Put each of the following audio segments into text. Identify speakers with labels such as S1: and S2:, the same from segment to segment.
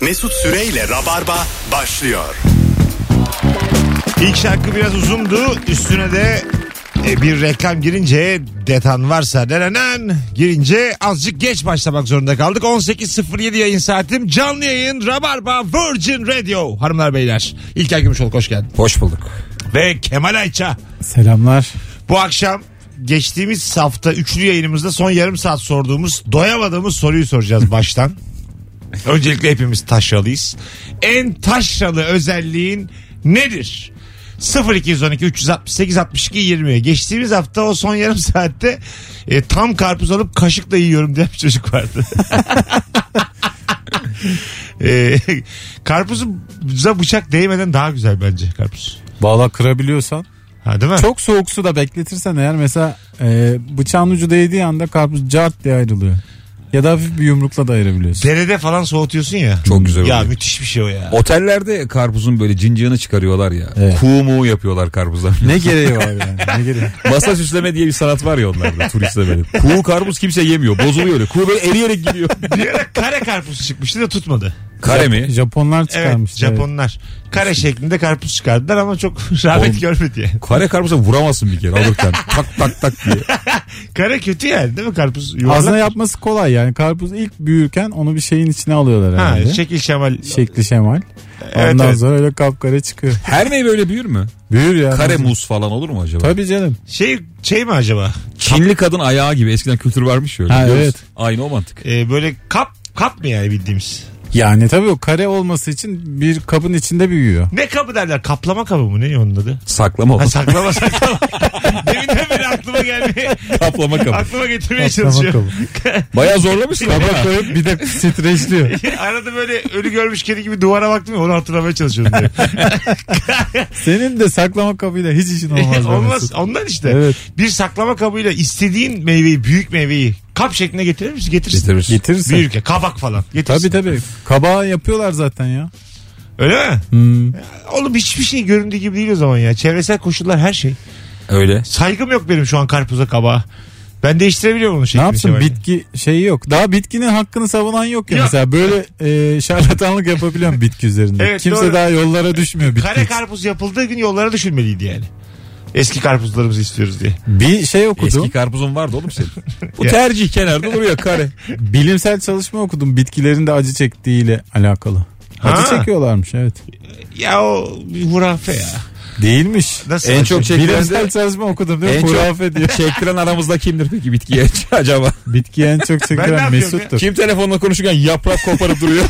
S1: Mesut Süreyle Rabarba başlıyor.
S2: İlk şarkı biraz uzundu. Üstüne de e, bir reklam girince detan varsa denenen girince azıcık geç başlamak zorunda kaldık. 18.07 yayın saatim canlı yayın Rabarba Virgin Radio. Hanımlar beyler İlker Gümüşoluk hoş geldin.
S3: Hoş bulduk.
S2: Ve Kemal Ayça
S4: Selamlar.
S2: bu akşam geçtiğimiz hafta üçlü yayınımızda son yarım saat sorduğumuz doyamadığımız soruyu soracağız baştan. Öncelikle hepimiz taşralıyız. En taşralı özelliğin nedir? 0212 368 62 20 geçtiğimiz hafta o son yarım saatte e, tam karpuz alıp kaşıkla yiyorum diye bir çocuk vardı. e, karpuza bıçak değmeden daha güzel bence karpuz.
S4: Valla kırabiliyorsan.
S2: Ha, değil mi?
S4: Çok soğuk suda bekletirsen eğer mesela e, bıçağın ucu değdiği anda karpuz cart diye ayrılıyor. Ya da hafif bir yumrukla da ayırabiliyorsun.
S2: Derede falan soğutuyorsun ya.
S3: Çok güzel
S2: Ya
S3: oluyor.
S2: müthiş bir şey o ya.
S3: Otellerde karpuzun böyle cincığını çıkarıyorlar ya.
S4: Evet.
S3: Kuğu muğu yapıyorlar karpuzdan.
S4: ne gereği var yani? Ne gereği?
S3: Masa süsleme diye bir sanat var ya onlarda turistle böyle. Kuğu karpuz kimse yemiyor. Bozuluyor öyle. Kuğu böyle eriyerek gidiyor.
S2: Bir ara kare karpuz çıkmıştı da tutmadı.
S3: Kare mi?
S4: Japonlar
S2: Evet
S4: çıkarmış.
S2: Japonlar. Kare şeklinde karpuz çıkardılar ama çok rağbet
S3: Oğlum.
S2: görmedi yani.
S3: Kare karpuza vuramazsın bir kere alırken. tak tak tak diye.
S2: Kare kötü yani değil mi karpuz? Yuvarlak.
S4: Aslında yapması kolay yani. Karpuz ilk büyürken onu bir şeyin içine alıyorlar
S2: Ha,
S4: herhalde. Şey-
S2: şekil şemal.
S4: Şekli şemal.
S2: Evet,
S4: Ondan
S2: evet.
S4: sonra öyle kapkara çıkıyor.
S3: Her mey böyle büyür mü?
S4: Büyür ya.
S3: Kare muz falan olur mu acaba?
S4: Tabii canım.
S2: Şey, şey mi acaba?
S3: Çinli kadın ayağı gibi eskiden kültür varmış ya öyle.
S4: Ha,
S3: biliyor
S4: evet.
S3: musun? Aynı o mantık.
S2: Ee, böyle kap kap mı yani bildiğimiz?
S4: Yani tabii o kare olması için bir kabın içinde büyüyor.
S2: Ne kabı derler? Kaplama kabı mı? Ne onun adı?
S3: Saklama
S2: Ha,
S3: olur.
S2: saklama saklama. Deminden beri aklıma gelmeye,
S3: Kaplama kabı.
S2: aklıma getirmeye
S4: Kaplama
S2: çalışıyor.
S4: kabı.
S3: Bayağı zorlamışsın ama.
S4: Kaba koyup bir de streçliyor.
S2: Arada böyle ölü görmüş kedi gibi duvara baktım ya onu hatırlamaya çalışıyorum. diye.
S4: Senin de saklama kabıyla hiç işin olmaz. be
S2: Olmaz.
S4: Mesut.
S2: Ondan işte.
S4: Evet.
S2: Bir saklama kabıyla istediğin meyveyi, büyük meyveyi kap şekline getirir misin? Getirsin.
S3: Getirir.
S4: Getirirsen.
S2: Büyük ya, kabak falan. Getirsin.
S4: Tabii tabii. Kabağı yapıyorlar zaten ya.
S2: Öyle mi?
S4: Hmm.
S2: Oğlum hiçbir şey göründüğü gibi değil o zaman ya. Çevresel koşullar her şey.
S3: Öyle.
S2: Saygım yok benim şu an karpuza kabağa. Ben değiştirebiliyorum onun
S4: Ne
S2: şeklini.
S4: yapsın
S2: şemalini.
S4: bitki şeyi yok. Daha bitkinin hakkını savunan yok ya.
S2: Yok.
S4: Mesela böyle e, şarlatanlık yapabiliyorum bitki üzerinde.
S2: Evet,
S4: Kimse
S2: doğru.
S4: daha yollara düşmüyor bitki.
S2: Kare
S4: için.
S2: karpuz yapıldığı gün yollara düşünmeliydi yani. Eski karpuzlarımızı istiyoruz diye.
S4: Bir şey okudum.
S3: Eski karpuzun vardı oğlum senin. Bu
S2: Ya.
S3: tercih kenarda duruyor kare.
S4: Bilimsel çalışma okudum bitkilerin de acı çektiğiyle alakalı. Acı
S2: Ha.
S4: çekiyorlarmış evet.
S2: Ya o bir hurafe ya.
S4: Değilmiş.
S2: Nasıl?
S3: En çok çekilen de-
S4: Bilimsel çalışma okudum değil mi?
S3: En çok-
S4: Hurafe diyor.
S3: Çektiren Şey, aramızda kimdir peki bitkiye acaba?
S4: Bitkiyi en çok
S2: Ben ne
S4: çekilen
S2: yapıyorum
S4: Mesut'tur.
S3: Kim telefonla konuşurken yaprak koparıp duruyor?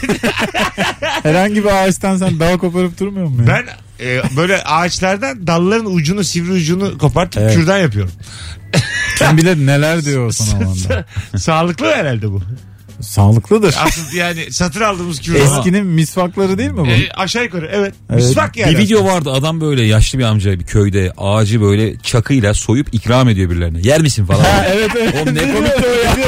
S4: Herhangi bir ağaçtan sen dal koparıp durmuyor musun? ya?
S2: Ben e, böyle ağaçlardan dalların ucunu sivri ucunu kopartıp
S4: Evet.
S2: kürdan yapıyorum.
S4: Kim bilir neler diyor o sana o anda.
S2: Sağlıklı herhalde bu.
S4: Sağlıklıdır.
S2: Aslında yani satın aldığımız kilo.
S4: Eskinin misvakları değil mi bu?
S2: E, aşağı yukarı evet.
S4: Evet.
S2: Misvak yani.
S3: bir video vardı adam böyle yaşlı bir amca bir köyde ağacı böyle çakıyla soyup ikram ediyor birilerine. Yer misin falan.
S4: Ha, evet evet.
S3: Oğlum ne komik de o ya.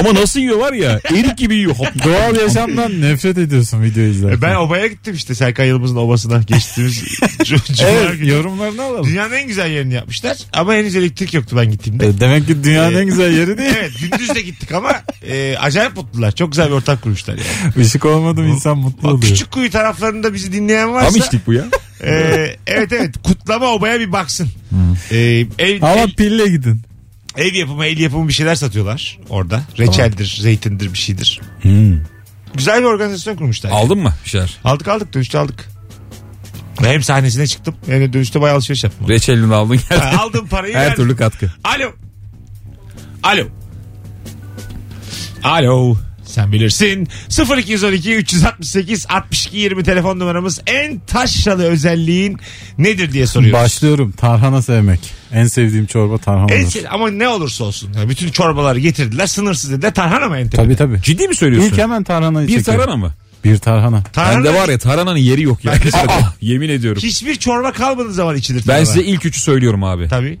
S3: Ama nasıl yiyor var ya erik gibi yiyor. Hop.
S4: Doğal yaşamdan nefret ediyorsun video izlerken.
S2: E, Ben obaya gittim işte Serkan Yılmaz'ın obasına geçtiğimiz cu- cuma
S4: evet,
S2: günü.
S4: yorumlarını alalım.
S2: Dünyanın en güzel yerini yapmışlar ama henüz elektrik yoktu ben gittiğimde.
S4: E, Demek ki dünyanın en güzel yeri değil.
S2: Evet gündüz de gittik ama e, acayip mutlular. Çok güzel bir ortak kurmuşlar yani.
S4: Işık olmadı mı insan mutlu
S2: Bak,
S4: oluyor.
S2: küçük kuyu taraflarında bizi dinleyen varsa
S3: Tam içtik bu ya.
S2: e, evet evet kutlama obaya bir baksın.
S3: Hmm.
S2: E, ev,
S4: Ama
S2: ev,
S4: pille gidin.
S2: ev yapımı el yapımı bir şeyler satıyorlar orada. Reçeldir, zeytindir bir şeydir. Güzel bir organizasyon kurmuşlar.
S3: Aldın mı bir şeyler?
S2: Aldık aldık dönüşte aldık. Ve hem sahnesine çıktım hem de dönüşte bayağı alışveriş yaptım.
S3: Reçelini aldın geldin.
S2: Ha, Aldım parayı
S3: Her
S2: verdim.
S3: türlü katkı.
S2: Alo. Alo. Alo. Sen bilirsin. 0212 368 62 20 telefon numaramız en taşralı özelliğin nedir diye soruyoruz.
S4: Başlıyorum tarhana sevmek. En sevdiğim çorba tarhana.
S2: En şey- ama ne olursa olsun. Yani bütün çorbaları getirdiler. Sınırsız dediler. Tarhana mı en tepede?
S4: Tabii tabii.
S3: Ciddi mi söylüyorsun?
S4: İlk hemen tarhanayı
S3: bir
S4: çekiyorum.
S3: tarhana mı?
S4: Bir tarhana.
S2: Tarhana
S3: Bende var ya tarananın yeri yok ya. Aa, yemin ediyorum.
S2: hiçbir çorba kalmadığı zaman içilir.
S3: Ben
S2: tarhana.
S3: size ilk üçü söylüyorum abi.
S2: Tabii.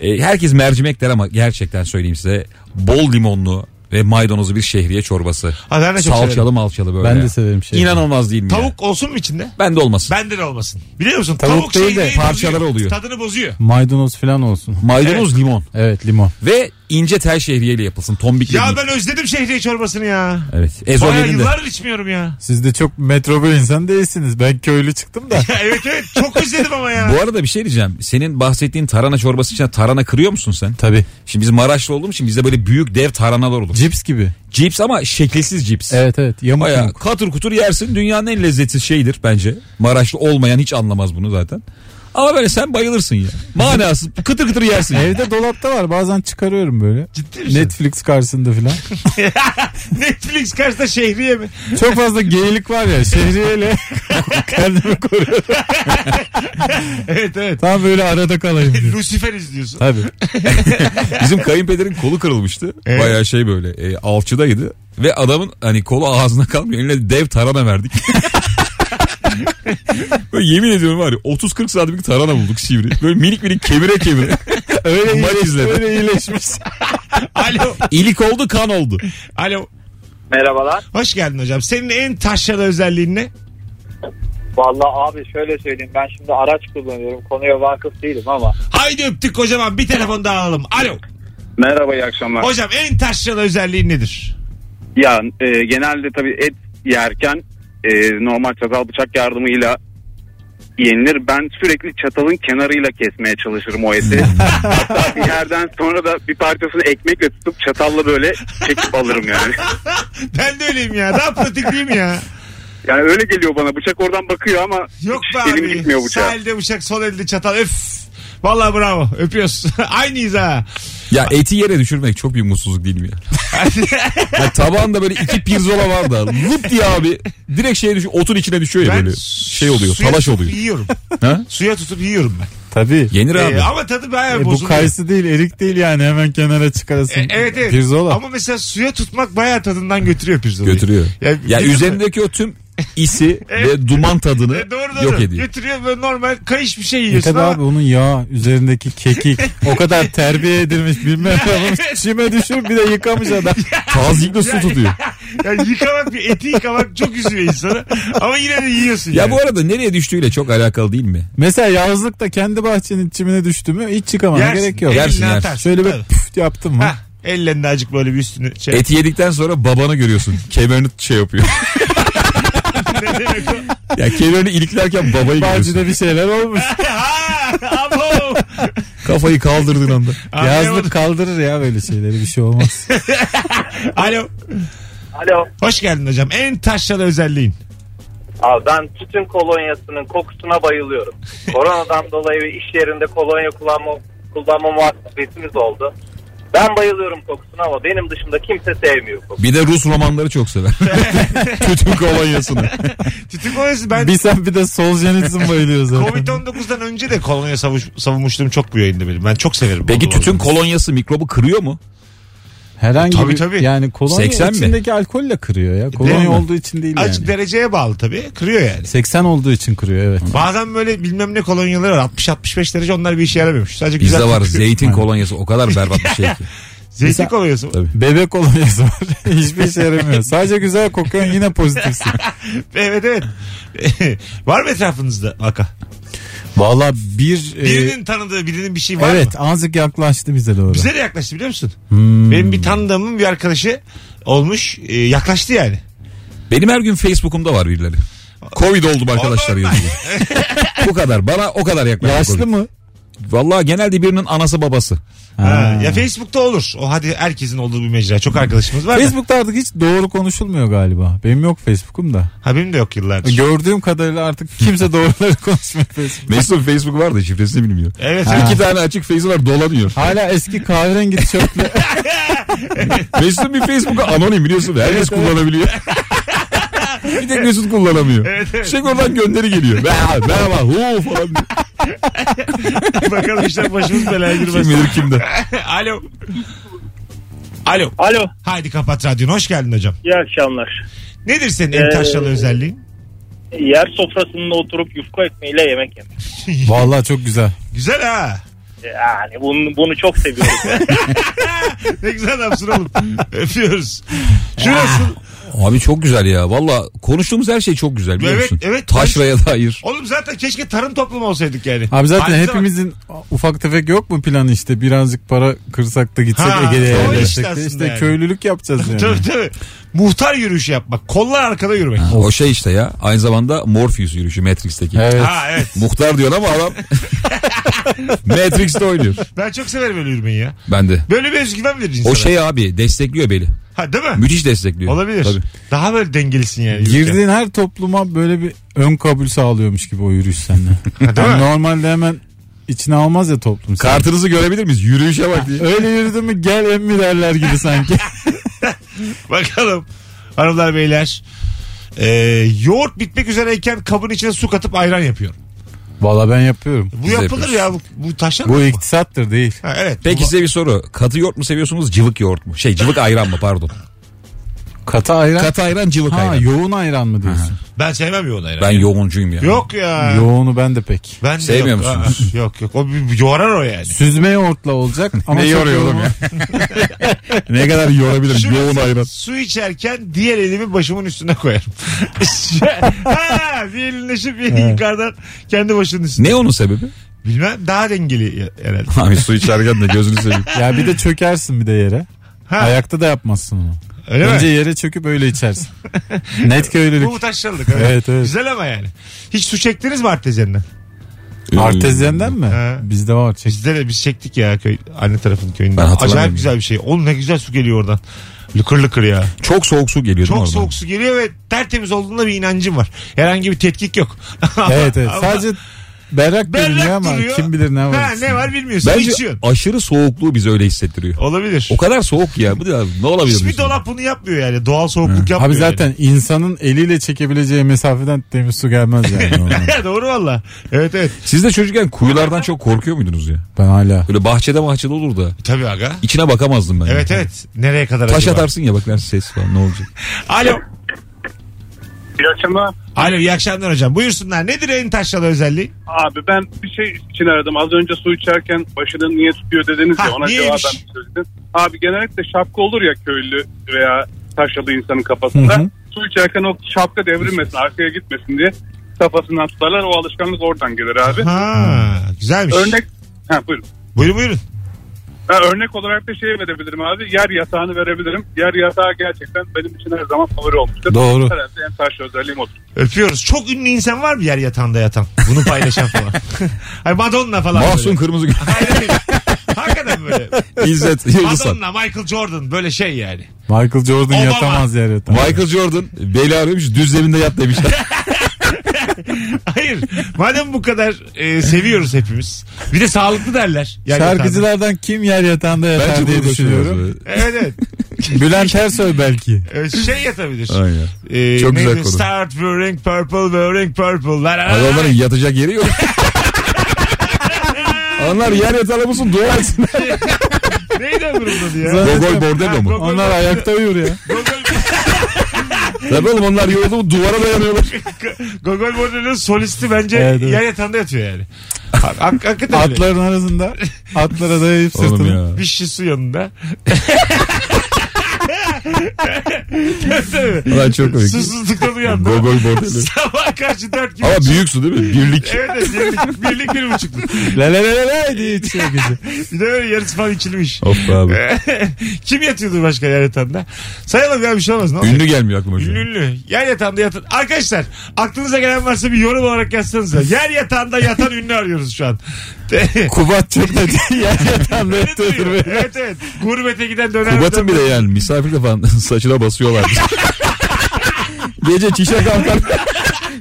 S3: E, herkes mercimek der ama gerçekten söyleyeyim size. Bol limonlu, e, ve maydanozlu bir şehriye çorbası.
S2: Ha, ben de çok
S3: Salçalı
S2: severim.
S3: malçalı böyle.
S4: Ben de severim şey.
S3: İnanılmaz değil mi? ya?
S2: Tavuk olsun mu içinde?
S3: Ben de olmasın.
S2: Bende de olmasın. Biliyor musun?
S4: Tavuk değil de
S2: şeyi bozuyor.
S3: parçaları oluyor.
S2: Tadını bozuyor.
S4: Maydanoz falan olsun.
S3: Maydanoz limon
S4: Evet limon.
S3: ve ince tel şehriyeli yapılsın. Tombikle
S2: Ya
S3: değil.
S2: ben özledim şehriye çorbasını ya.
S3: Evet.
S2: Bayağı
S3: Ezogelin de.
S2: yıllardır içmiyorum ya.
S4: Siz de çok metropol insan değilsiniz. Ben köylü çıktım da.
S2: Ya evet evet çok özledim ama ya.
S3: Bu arada bir şey diyeceğim. Senin bahsettiğin tarhana çorbası için tarhana kırıyor musun sen?
S4: Tabii.
S3: Şimdi biz Maraşlı olduğumuz için bizde böyle büyük dev tarhanalar olur.
S4: Cips gibi.
S3: Cips ama şekilsiz cips.
S4: Evet evet. Yamuk
S3: Baya
S4: yamuk.
S3: katır kutur yersin dünyanın en lezzetsiz şeyidir bence. Maraşlı olmayan hiç anlamaz bunu zaten. Ama böyle sen bayılırsın ya. Manasız kıtır kıtır yersin. ya.
S4: Evde dolapta var. Bazen çıkarıyorum böyle.
S2: Ciddi misin?
S4: Netflix karşısında falan.
S2: Netflix karşısında şehriye mi?
S4: Çok fazla geylik var ya. Şehriyeyle kendimi koruyorum.
S2: Evet evet.
S4: Tam böyle arada kalayım diye.
S2: Lucifer izliyorsun.
S4: Tabii.
S3: Bizim kayınpederin kolu kırılmıştı.
S2: Evet.
S3: Bayağı şey böyle e, alçıdaydı. Ve adamın hani kolu ağzına kalmıyor. Eline dev tarana verdik. böyle yemin ediyorum var ya 30-40 saatlik tarana bulduk sivri. Böyle minik minik kemire kemire.
S4: Öyle
S3: Maç
S4: iyileş-
S3: izledi.
S4: Öyle iyileşmiş.
S2: Alo.
S3: İlik oldu kan oldu.
S2: Alo.
S5: Merhabalar.
S2: Hoş geldin hocam. Senin en taşralı özelliğin ne?
S5: Vallahi abi şöyle söyleyeyim ben şimdi araç kullanıyorum. Konuya vakıf değilim ama.
S2: Haydi öptük kocaman bir telefon daha alalım. Alo.
S6: Merhaba iyi akşamlar.
S2: Hocam en taşralı özelliğin nedir?
S6: Ya e, genelde tabii et yerken e, normal çatal bıçak yardımıyla yenilir. Ben sürekli çatalın kenarıyla kesmeye çalışırım o eti. Hatta bir yerden sonra da bir parçasını ekmekle tutup çatalla böyle çekip alırım yani.
S2: Ben de öyleyim ya. Daha pratik değil mi ya?
S6: Yani öyle geliyor bana. Bıçak oradan bakıyor ama
S2: Yok
S6: hiç
S2: be
S6: elim gitmiyor
S2: abi.
S6: bıçağa.
S2: Sağ elde bıçak, sol elde çatal. Öf. Vallahi bravo. Öpüyoruz. Aynıyız ha.
S3: Ya eti yere düşürmek çok büyük mutsuzluk değil mi ya? ya tabağında böyle iki pirzola var da lıp diye abi direkt şeye düşüyor. Otun içine düşüyor ya
S2: Ben
S3: böyle. Şey oluyor
S2: suya
S3: talaş
S2: tutup
S3: oluyor.
S2: Yiyorum.
S3: Ha?
S2: Suya tutup yiyorum ben.
S4: Tabii.
S3: Yenir abi.
S2: Ee, ama tadı bayağı
S4: E, bu
S2: bozuluyor.
S4: kayısı değil erik değil yani hemen kenara çıkarasın.
S2: E, evet evet.
S4: Pirzola.
S2: Ama mesela suya tutmak bayağı tadından götürüyor pirzolayı.
S3: Götürüyor. Ya,
S2: bilmiyorum.
S3: üzerindeki o tüm isi ve duman tadını
S2: E, doğru doğru.
S3: yok ediyor.
S2: Götürüyor böyle normal kayış bir şey
S4: E
S2: yiyorsun
S4: tabii
S2: ama.
S4: abi onun yağı üzerindeki kekik o kadar terbiye edilmiş bilmem ne olmuş. Çime düşür bir de yıkamış adam.
S3: Tazikle su tutuyor.
S2: Yani yıkamak bir eti yıkamak çok üzüyor insanı. Ama yine de yiyorsun
S3: Ya
S2: yani.
S3: bu arada nereye düştüğüyle çok alakalı değil mi?
S4: Mesela yağızlık da kendi bahçenin çimine düştü mü hiç çıkamana
S2: Yersin.
S4: gerek yok.
S2: Eline
S3: Yersin, yersin.
S2: atarsın.
S4: Şöyle bir
S2: Tabii.
S4: püf yaptın mı?
S2: Ha, ellerinde acık böyle bir üstünü şey.
S3: Eti yedikten sonra babanı görüyorsun. Kemerini şey yapıyor.
S2: ne demek o?
S3: ya kemerini iliklerken babayı görüyorsun.
S4: Bahçede bir şeyler olmuş.
S2: Ha, abo.
S3: Kafayı kaldırdığın anda.
S2: Anlayamadım.
S4: Yağızlık kaldırır ya böyle şeyleri bir şey olmaz.
S2: Alo.
S5: Alo.
S2: Hoş geldin hocam. En taşralı özelliğin.
S5: Abi ben tütün kolonyasının kokusuna bayılıyorum. Koronadan dolayı iş yerinde kolonya kullanma, kullanma muhabbetimiz oldu. Ben bayılıyorum kokusuna ama benim dışında kimse sevmiyor kokusunu.
S3: Bir de Rus romanları çok sever. Tütün kolonyasını.
S2: Tütün kolonyası ben
S4: bir sen bir de sol jenitsin bayılıyor zaten.
S2: Covid-19'dan önce de kolonya savuş, savunmuştum çok bu yayında benim. Ben çok severim.
S3: Peki
S2: Bodrum
S3: tütün
S2: Bodrum.
S3: kolonyası mikrobu kırıyor mu?
S4: Herhangi
S2: Tabii,
S4: bir
S2: tabii. E,
S4: yani kolonya
S3: 80 mi?
S4: içindeki alkolle kırıyor ya.
S2: Değil
S4: Kolonya
S2: mi?
S4: olduğu için değil yani.
S2: Azıcık dereceye bağlı tabii. Kırıyor yani.
S4: 80 olduğu için kırıyor evet.
S2: Bazen böyle bilmem ne kolonyaları var. 60-65 derece onlar bir işe yaramamış. Sadece güzel
S3: Bizde var
S2: kokuyor.
S3: zeytin kolonyası o kadar berbat bir şey ki.
S2: Zeytin kolonyası.
S3: Tabii.
S4: Bebek kolonyası var. Hiçbir işe yaramıyor. Sadece güzel kokuyorsun yine pozitifsin.
S2: Evet evet. var mı etrafınızda vaka?
S4: Valla bir... e,
S3: Ee,
S2: Birinin tanıdığı birinin bir şey var mı?
S4: evet azıcık yaklaştı bize doğru.
S2: Bize de yaklaştı biliyor musun? Benim bir tanıdığımın bir arkadaşı olmuş. e, yaklaştı yani.
S3: Benim her gün Facebook'umda var birileri. Covid oldum arkadaşlar
S2: Ondan-
S3: yazıyor. Bu kadar bana o kadar yaklaştı.
S4: Yaşlı mı?
S3: Vallahi genelde birinin anası babası.
S2: Ha, ya Facebook'ta olur. O hadi herkesin olduğu bir mecra. Çok arkadaşımız var. da.
S4: Facebook'ta artık hiç doğru konuşulmuyor galiba. Benim yok Facebook'um da.
S2: Ha benim de yok yıllardır.
S4: Gördüğüm kadarıyla artık kimse doğruları konuşmuyor Facebook'ta.
S3: Mesut'un Facebook var da şifresini bilmiyor.
S2: Evet.
S3: İki tane açık Facebook'u var dolanıyor.
S4: Hala eski kahverengi tişörtlü.
S3: Mesut'un bir Facebook'u anonim biliyorsun. Herkes kullanabiliyor. bir tek Mesut kullanamıyor.
S2: Evet, evet.
S3: Şey oradan gönderi geliyor. Merhaba, merhaba hu falan. diyor.
S2: Bakalım işte başımız belaya
S3: Kim
S2: girmesin.
S3: bilir kimden.
S2: Alo. Alo.
S5: Alo
S2: Haydi kapat radyonu. Hoş geldin hocam.
S5: iyi akşamlar.
S2: Nedir senin en
S5: Ee,
S2: taşralı özelliğin?
S5: Yer sofrasında oturup yufka ekmeğiyle yemek yemek.
S4: Valla çok güzel.
S2: Güzel ha.
S5: Yani bunu, bunu çok seviyoruz. yani.
S2: Ne güzel adamsın oğlum. Öpüyoruz. Şu nasıl?
S3: Abi çok güzel ya. Valla konuştuğumuz her şey çok güzel biliyor
S2: Evet,
S3: musun?
S2: evet.
S3: Taşraya dair.
S2: Oğlum zaten keşke tarım toplumu olsaydık yani.
S4: Abi zaten
S2: Aynı zamanda-
S4: hepimizin ufak tefek yok mu planı işte birazcık para kırsak da gitsek
S2: Ha,
S4: Ege'ye
S2: o işte
S4: yerleşsek de
S2: aslında
S4: işte
S2: yani.
S4: köylülük yapacağız yani.
S2: Tabii tabii. Muhtar yürüyüşü yapmak. Kollar arkada yürümek.
S3: O şey işte ya. Aynı zamanda Morpheus yürüyüşü Matrix'teki.
S4: Evet.
S2: Ha evet.
S3: Muhtar diyor ama adam Matrix'te oynuyor.
S2: Ben çok severim öyle yürümeyi ya.
S3: Ben de.
S2: Böyle bir özgüven verir insana.
S3: O şey abi destekliyor beni.
S2: Ha değil mi?
S3: Müthiş destekliyor.
S2: Olabilir.
S3: Tabii.
S2: Daha böyle dengelisin yani. yürürken.
S4: Girdiğin her topluma böyle bir ön kabul sağlıyormuş gibi o yürüyüş seninle.
S2: değil mi?
S4: Yani normalde hemen içine almaz ya toplum. seni.
S3: Kartınızı görebilir miyiz? Yürüyüşe bak diye.
S4: Öyle yürüdün mü gel emmi derler gibi sanki.
S2: Bakalım. Hanımlar beyler. Ee, yoğurt bitmek üzereyken kabın içine su katıp ayran yapıyorum.
S4: Valla ben yapıyorum.
S2: Bu
S3: Biz de
S2: yapılır ya. Bu,
S3: yapıyoruz.
S2: bu taşlar
S4: Bu
S2: mı?
S4: iktisattır değil.
S2: Ha, evet.
S3: Peki size bir soru. Katı yoğurt mu seviyorsunuz cıvık yoğurt mu? Şey cıvık ayran mı pardon.
S4: Katı ayran.
S3: Katı ayran cıvık
S4: ha
S3: ayran.
S4: yoğun ayran mı diyorsun?
S2: Ben sevmem yoğun ayran.
S3: Ben yoğuncuyum ya.
S2: Yok ya.
S4: Yoğunu ben de pek.
S2: Ben de
S3: Sevmiyor
S2: yok.
S3: musunuz?
S2: Aa, yok yok. O bir- bir yorar o yani.
S4: Süzme yoğurtla olacak ama
S3: Ne
S4: çok
S3: yoruyor
S4: yoğun-
S3: oğlum ya? ne kadar yorabilirim
S2: Şu mesela Su içerken diğer elimi başımın üstüne koyarım. Şey, ha, bir elinleşip bir yukarıdan kendi başının üstüne.
S3: Ne onun sebebi?
S2: Bilmem daha dengeli ya- herhalde.
S3: Abi su içerken de gözünü seveyim.
S4: Ya bir de çökersin bir de yere.
S2: Ha,
S4: Ayakta da yapmazsın onu.
S2: öyle
S4: Önce
S2: mi?
S4: yere çöküp öyle içersin. Net
S2: Bu mu
S4: köylülük.
S2: taşralık? öyle.
S4: Evet, evet.
S2: Güzel ama yani. Hiç su çektiniz mi artezyenden?
S3: Ee,
S4: Artezyenden mi?
S2: He.
S4: Bizde var. Çek.
S2: Bizde E, de biz çektik ya köy, anne tarafın köyünde.
S3: Ben hatırlamıyorum
S2: Acayip
S3: ya.
S2: güzel bir şey. Oğlum ne güzel su geliyor oradan. Lıkır lıkır ya.
S3: Çok soğuk su geliyor
S2: Çok
S3: değil mi oradan?
S2: soğuk su geliyor ve tertemiz olduğunda bir inancım var. Herhangi bir tetkik yok.
S4: Evet evet.
S2: Ama
S4: Sadece berrak, görünüyor
S2: berrak
S4: ama
S2: duruyor.
S4: kim bilir ne var.
S2: Ha,
S4: içinde.
S2: ne var bilmiyorsun.
S3: Bence
S2: İçiyorsun.
S3: aşırı soğukluğu bizi öyle hissettiriyor.
S2: Olabilir.
S3: O kadar soğuk ki ya. Bu da ne olabilir?
S2: Hiçbir
S3: bizim?
S2: dolap bunu yapmıyor yani. Doğal soğukluk yapmıyor.
S4: Abi zaten insanın eliyle çekebileceği mesafeden temiz su gelmez yani. ona.
S2: Yani. Ya doğru valla. Evet evet.
S3: Siz de çocukken kuyulardan çok korkuyor muydunuz ya?
S4: ben hala.
S3: Böyle bahçede bahçede olur da.
S2: Tabii aga.
S3: İçine bakamazdım ben.
S2: Evet evet. Nereye kadar
S3: Taş
S2: acaba?
S3: atarsın ya bak nasıl ses falan ne olacak.
S2: Alo.
S7: İyi akşamlar.
S2: Alo iyi akşamlar hocam. Buyursunlar. Nedir en taşralı özelliği?
S7: Abi ben bir şey için aradım. Az önce su içerken başını niye tutuyor dediniz ya
S2: Ha,
S7: ona
S2: niyeymiş?
S7: cevaben bir söyledim. Abi genellikle şapka olur ya köylü veya taşralı insanın kafasında.
S4: Hı hı.
S7: Su içerken o şapka devrilmesin arkaya gitmesin diye kafasından tutarlar. O alışkanlık oradan gelir abi.
S2: Ha, güzelmiş.
S7: Örnek ha, buyurun.
S2: Buyurun buyurun.
S7: Ha, örnek olarak da şey verebilirim abi. Yer yatağını verebilirim. Yer yatağı gerçekten benim için her zaman favori olmuştur.
S4: Doğru.
S7: Herhalde en taşlı özelliğim odur.
S2: Öpüyoruz. Çok ünlü insan var mı yer yatağında yatan? Bunu paylaşan falan. Ay Madonna falan.
S3: Mahsun
S2: böyle.
S3: Kırmızı
S2: Hayır, hayır. Hakikaten böyle.
S3: İzzet Yıldızhan.
S2: Madonna, Michael Jordan böyle şey yani.
S4: Michael Jordan
S2: Obama.
S4: yatamaz yer yatamaz.
S3: Michael Jordan beli ağrıyormuş düz zeminde yat demişler.
S2: Hayır. Madem bu kadar e, seviyoruz hepimiz. Bir de sağlıklı derler. yer yatağında.
S4: Şarkıcılardan kim yer yatağında yatar
S3: Bence
S4: diye
S3: bunu
S4: düşünüyorum.
S3: düşünüyorum.
S2: Evet evet.
S4: Bülent Ersoy belki.
S2: E, şey yatabilir.
S3: Aynen.
S2: E,
S3: Çok güzel
S2: neydi?
S3: konu.
S2: Start wearing purple, wearing purple. La, la, la, la.
S3: Adamların yatacak yeri yok. Onlar yer yatağı bulsun dua etsinler.
S2: Neydi öbürünün adı ya?
S4: Zaten-
S3: Gogol bordello mu?
S2: Gogol-
S4: Onlar ayakta uyur ya.
S3: Tabii oğlum onlar yoruldu mu duvara dayanıyorlar.
S2: Gogol Bordel'in solisti bence
S4: Evet, evet.
S2: yer yatağında yatıyor yani. Hak- hak- Hakikaten öyle.
S4: Atların arasında atlara dayayıp
S3: Oğlum
S4: sırtını.
S3: ya.
S2: Bir şişi yanında. Tabii.
S3: Ulan çok komik.
S2: Susuzluktan uyandı.
S3: Gogol bordello.
S2: Sabah karşı dört gibi.
S3: Ama büyük su değil mi? Birlik.
S2: Evet evet, birlik, birlik bir buçukluk.
S4: Le le le le le diye içiyor gece.
S2: Bir de böyle yarısı falan içilmiş.
S3: Of be abi.
S2: Kim yatıyordur başka yer yatağında? Sayalım ya bir şey olmaz. Ne olacak?
S3: Ünlü gelmiyor aklıma şu
S2: Ünlü
S3: an.
S2: ünlü. Yer yatağında yatan. Arkadaşlar aklınıza gelen varsa bir yorum olarak yazsanıza. Yer yatağında yatan ünlü arıyoruz şu an.
S4: Kubat çok da yer yatağında
S2: Öyle
S4: yatıyordur.
S2: duruyor.
S4: be.
S2: evet evet. Gurbete giden döner.
S3: Kubat'ın bile yani misafir de falan saçına basıyorlar. Gece çişe kalkar.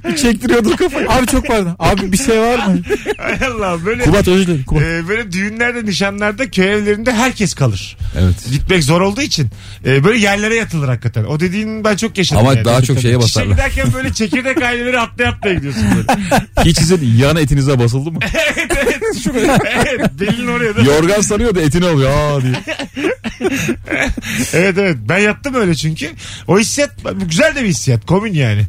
S3: Bir Çektiriyordur kafayı.
S4: Abi çok pardon. Abi bir şey var mı?
S2: Hay Allah böyle.
S3: Kubat özür dilerim. Kubat.
S2: e, böyle düğünlerde, nişanlarda, köy evlerinde herkes kalır.
S3: Evet.
S2: Gitmek zor olduğu için e, böyle yerlere yatılır hakikaten. O dediğin ben çok yaşadım.
S3: Ama
S2: yani.
S3: daha çok şeye
S2: İşe
S3: basarlar.
S2: giderken böyle çekirdek aileleri atlaya atlaya gidiyorsun böyle.
S3: Hiç sizin yan etinize basıldı mı?
S2: evet evet. Şu- evet belin oraya da.
S3: Yorgan sarıyor da etini alıyor. Aa diye.
S2: Evet evet ben yattım öyle çünkü. O hissiyat bu güzel de bir hissiyat komün yani.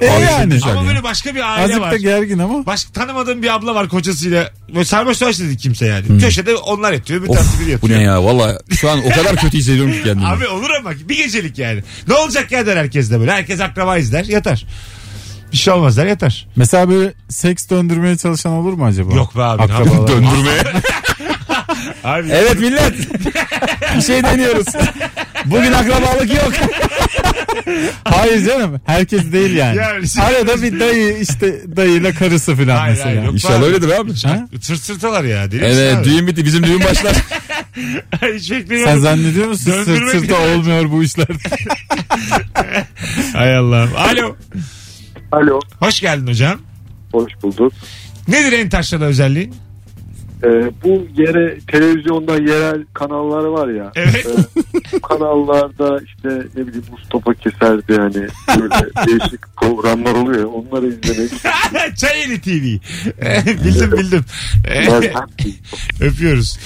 S4: E
S3: Abi çok
S4: yani.
S3: güzel
S2: Ama
S3: ya.
S2: böyle başka bir aile
S4: Azıcık
S2: var.
S4: da gergin ama.
S2: Başka tanımadığım bir abla var kocasıyla böyle sarmaş dolaş dedi kimse yani. Köşede onlar yatıyor bir tanesi biri
S3: Hmm. Of bu
S2: yatıyor.
S3: ne ya valla şu an o kadar kötü hissediyorum ki kendimi.
S2: Abi olur ama bir gecelik yani. Ne olacak ya der herkes de böyle. Herkes akraba izler yatar. Bir şey olmaz der yatar.
S4: Mesela böyle seks döndürmeye çalışan olur mu acaba?
S2: Yok be abi, ne
S4: Akrabalar.
S3: Döndürmeye.
S2: Abi
S3: evet millet bir şey deniyoruz. Bugün akrabalık yok.
S4: Hayır canım herkes değil yani.
S2: Yani şey-
S4: Arada bir dayı işte dayıyla karısı falan
S2: Hayır,
S4: mesela.
S2: hayır, yok.
S3: İnşallah öyledir abi.
S4: Ha?
S2: sırt sırtalar ya. Deli misin
S3: Evet
S2: abi?
S3: düğün bitti bizim düğün başlar.
S2: Hiç beklemiyorum.
S4: Sen zannediyor musun
S2: Döndürmek
S4: sırt sırta olmuyor bu işler?
S2: Hay Allah'ım. Alo.
S8: Alo,
S2: Hoş geldin hocam.
S8: hoş bulduk.
S2: Nedir en taşralı özelliği?
S8: Ee, bu yere televizyonda yerel kanallar var ya.
S2: Evet.
S8: Bu kanallarda işte ne bileyim Mustafa Keser'di hani böyle değişik programlar oluyor. ya, Onları izlemek
S2: Çayeli TV. bildim bildim.
S8: lazım.
S2: Öpüyoruz.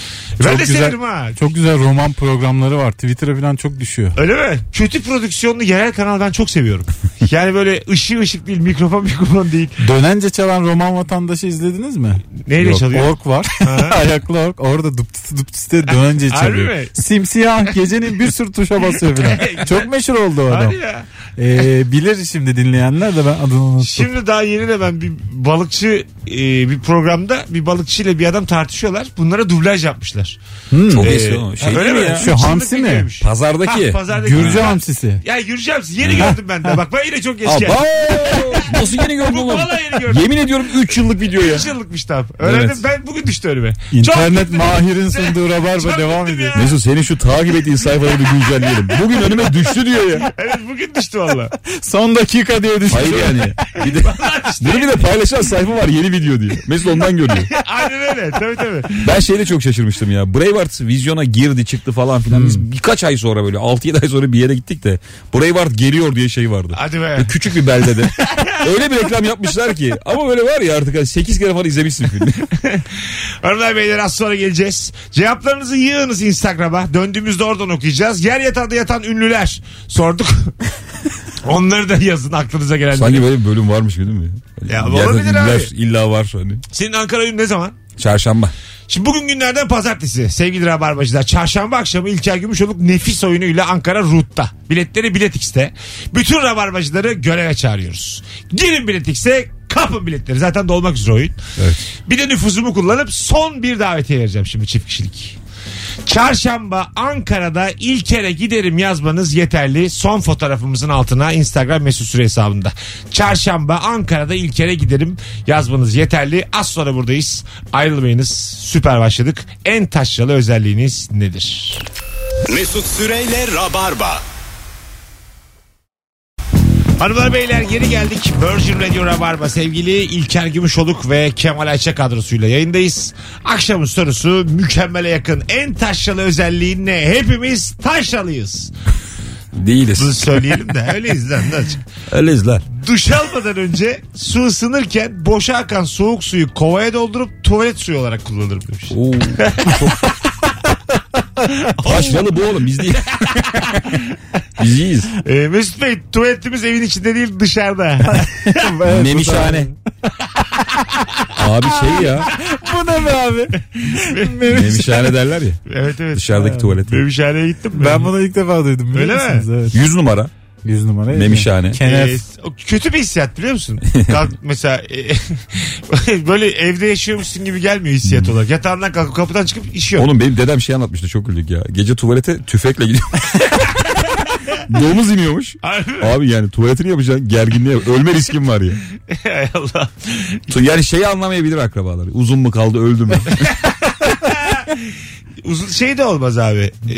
S2: ben de
S4: güzel.
S2: severim ha.
S4: Çok güzel roman programları var. Twitter'a falan çok düşüyor.
S2: Öyle mi? Kötü prodüksiyonlu yerel kanal ben çok seviyorum. Yani böyle ışığı ışık değil, mikrofon mikrofon değil.
S4: Dönence çalan roman vatandaşı izlediniz mi?
S2: Neyle
S4: Yok,
S2: çalıyor?
S4: Ork var. Ayaklı ork. Orada duptıtı duptıtı diye dönence
S2: Harbi
S4: çalıyor.
S2: mi?
S4: Simsiyah gecenin bir sürü tuşa basıyor falan. Çok meşhur oldu o adam.
S2: Hadi ya.
S4: Ee, bilir şimdi dinleyenler de ben adını unuttum.
S2: Şimdi daha yeni de ben bir balıkçı e, bir programda bir balıkçıyla bir adam tartışıyorlar. Bunlara dublaj yapmışlar.
S4: Hmm.
S3: Çok
S2: Ee,
S3: eski o şey
S2: öyle
S3: değil mi
S2: mi?
S3: ya?
S4: Şu hamsi mi?
S2: videoymuş.
S3: Pazardaki.
S2: Ha, pazardaki.
S4: Gürcü
S2: Ha.
S4: hamsisi.
S2: Ya Gürcü hamsi yeni gördüm ben de. Bak ben yine çok eski.
S3: Aba! Nasıl yeni gördüm
S2: Bu
S3: oğlum?
S2: vallahi yeni gördüm.
S3: Yemin ediyorum 3 yıllık video ya.
S2: 3 yıllıkmış tam. Öğrendim
S3: Evet.
S2: ben bugün düştü önüme. Çok
S4: İnternet
S2: güldüm.
S4: mahirin sunduğu rabarba
S2: Çok
S4: devam
S2: güldüm
S4: ediyor.
S2: ya.
S3: Mesut senin şu takip ettiğin sayfaları bir güncelleyelim. Bugün önüme düştü diyor ya.
S2: Evet bugün düştü valla.
S4: Son dakika diye düşün.
S3: Hayır yani. Bir de, Bunu bir de paylaşan sayfa var yeni video diye. Mesut ondan görüyor.
S2: Aynen öyle. Tabii tabii.
S3: Ben şeyde çok şaşırmıştım ya. Braveheart vizyona girdi çıktı falan filan. Biz birkaç ay sonra böyle 6-7 ay sonra bir yere gittik de Braveheart geliyor diye şey vardı.
S2: Hadi be.
S3: Bir küçük bir beldede. Öyle bir reklam yapmışlar ki. Ama böyle var ya artık 8 kere falan izlemişsin filmi.
S2: Hanımlar beyler az sonra geleceğiz. Cevaplarınızı yığınız Instagram'a. Döndüğümüzde oradan okuyacağız. Yer yatağında yatan ünlüler sorduk. Onları da yazın aklınıza gelen.
S3: Sanki böyle bir bölüm varmış gibi değil mi? Hani
S2: Ya
S3: yerden
S2: olabilir
S3: iller
S2: abi.
S3: İlla var hani.
S2: Senin Ankara ünlü ne zaman?
S3: Çarşamba.
S2: Şimdi bugün günlerden pazartesi sevgili Rabarbacılar. Çarşamba akşamı İlker Gümüşoluk nefis oyunuyla Ankara Root'ta. Biletleri Bilet X'te. Bütün Rabarbacıları göreve çağırıyoruz. Girin Bilet X'e kapın biletleri. Zaten dolmak üzere oyun. Bir de nüfuzumu kullanıp son bir davetiye vereceğim şimdi çift kişilik. Çarşamba Ankara'da ilk kere giderim yazmanız yeterli. Son fotoğrafımızın altına Instagram mesut süre hesabında. Çarşamba Ankara'da ilk kere giderim yazmanız yeterli. Az sonra buradayız. Ayrılmayınız. Süper başladık. En taşralı özelliğiniz nedir?
S1: Mesut Süreyle Rabarba.
S2: Hanımlar beyler geri geldik. Virgin Radio Rabarba sevgili İlker Gümüşoluk ve Kemal Ayça kadrosuyla yayındayız. Akşamın sorusu mükemmele yakın. En taşralı özelliğin ne? Hepimiz taşralıyız. Bunu
S3: Değiliz.
S2: söyleyelim de öyleyiz lan. ne olacak?
S3: Öyleyiz lan.
S2: Duş almadan önce su ısınırken boşa akan soğuk suyu kovaya doldurup tuvalet suyu olarak kullanırım demiş.
S3: Oo. Taşralı bu oğlum biz değil. biz iyiyiz.
S2: Ee, Mesut Bey tuvaletimiz evin içinde değil dışarıda.
S3: Memişhane. abi şey ya.
S4: Bu ne be abi?
S3: Memişhane derler ya.
S2: evet evet.
S3: Dışarıdaki tuvalet.
S2: Memişhaneye gittim ben.
S4: Ben bunu ilk defa duydum. biliyor
S2: Öyle mi?
S4: musunuz? Evet.
S3: 100 numara.
S4: 100 numara.
S3: Memişhane.
S4: Kenef.
S2: Ee, o kötü bir hissiyat biliyor musun? Kalk mesela e, böyle evde yaşıyormuşsun gibi gelmiyor hissiyat olarak. Yatağından kalkıp kapıdan çıkıp işiyor.
S3: Oğlum benim dedem şey anlatmıştı çok güldük ya. Gece tuvalete tüfekle gidiyor. Domuz iniyormuş.
S2: Harbi mi?
S3: Abi yani tuvaletini yapacaksın gerginliğe ölme riskin var ya.
S2: Hay Allah.
S3: Tu- Yani şeyi anlamayabilir akrabalar. Uzun mu kaldı öldü mü?
S2: Uzun şey de olmaz abi. Ee,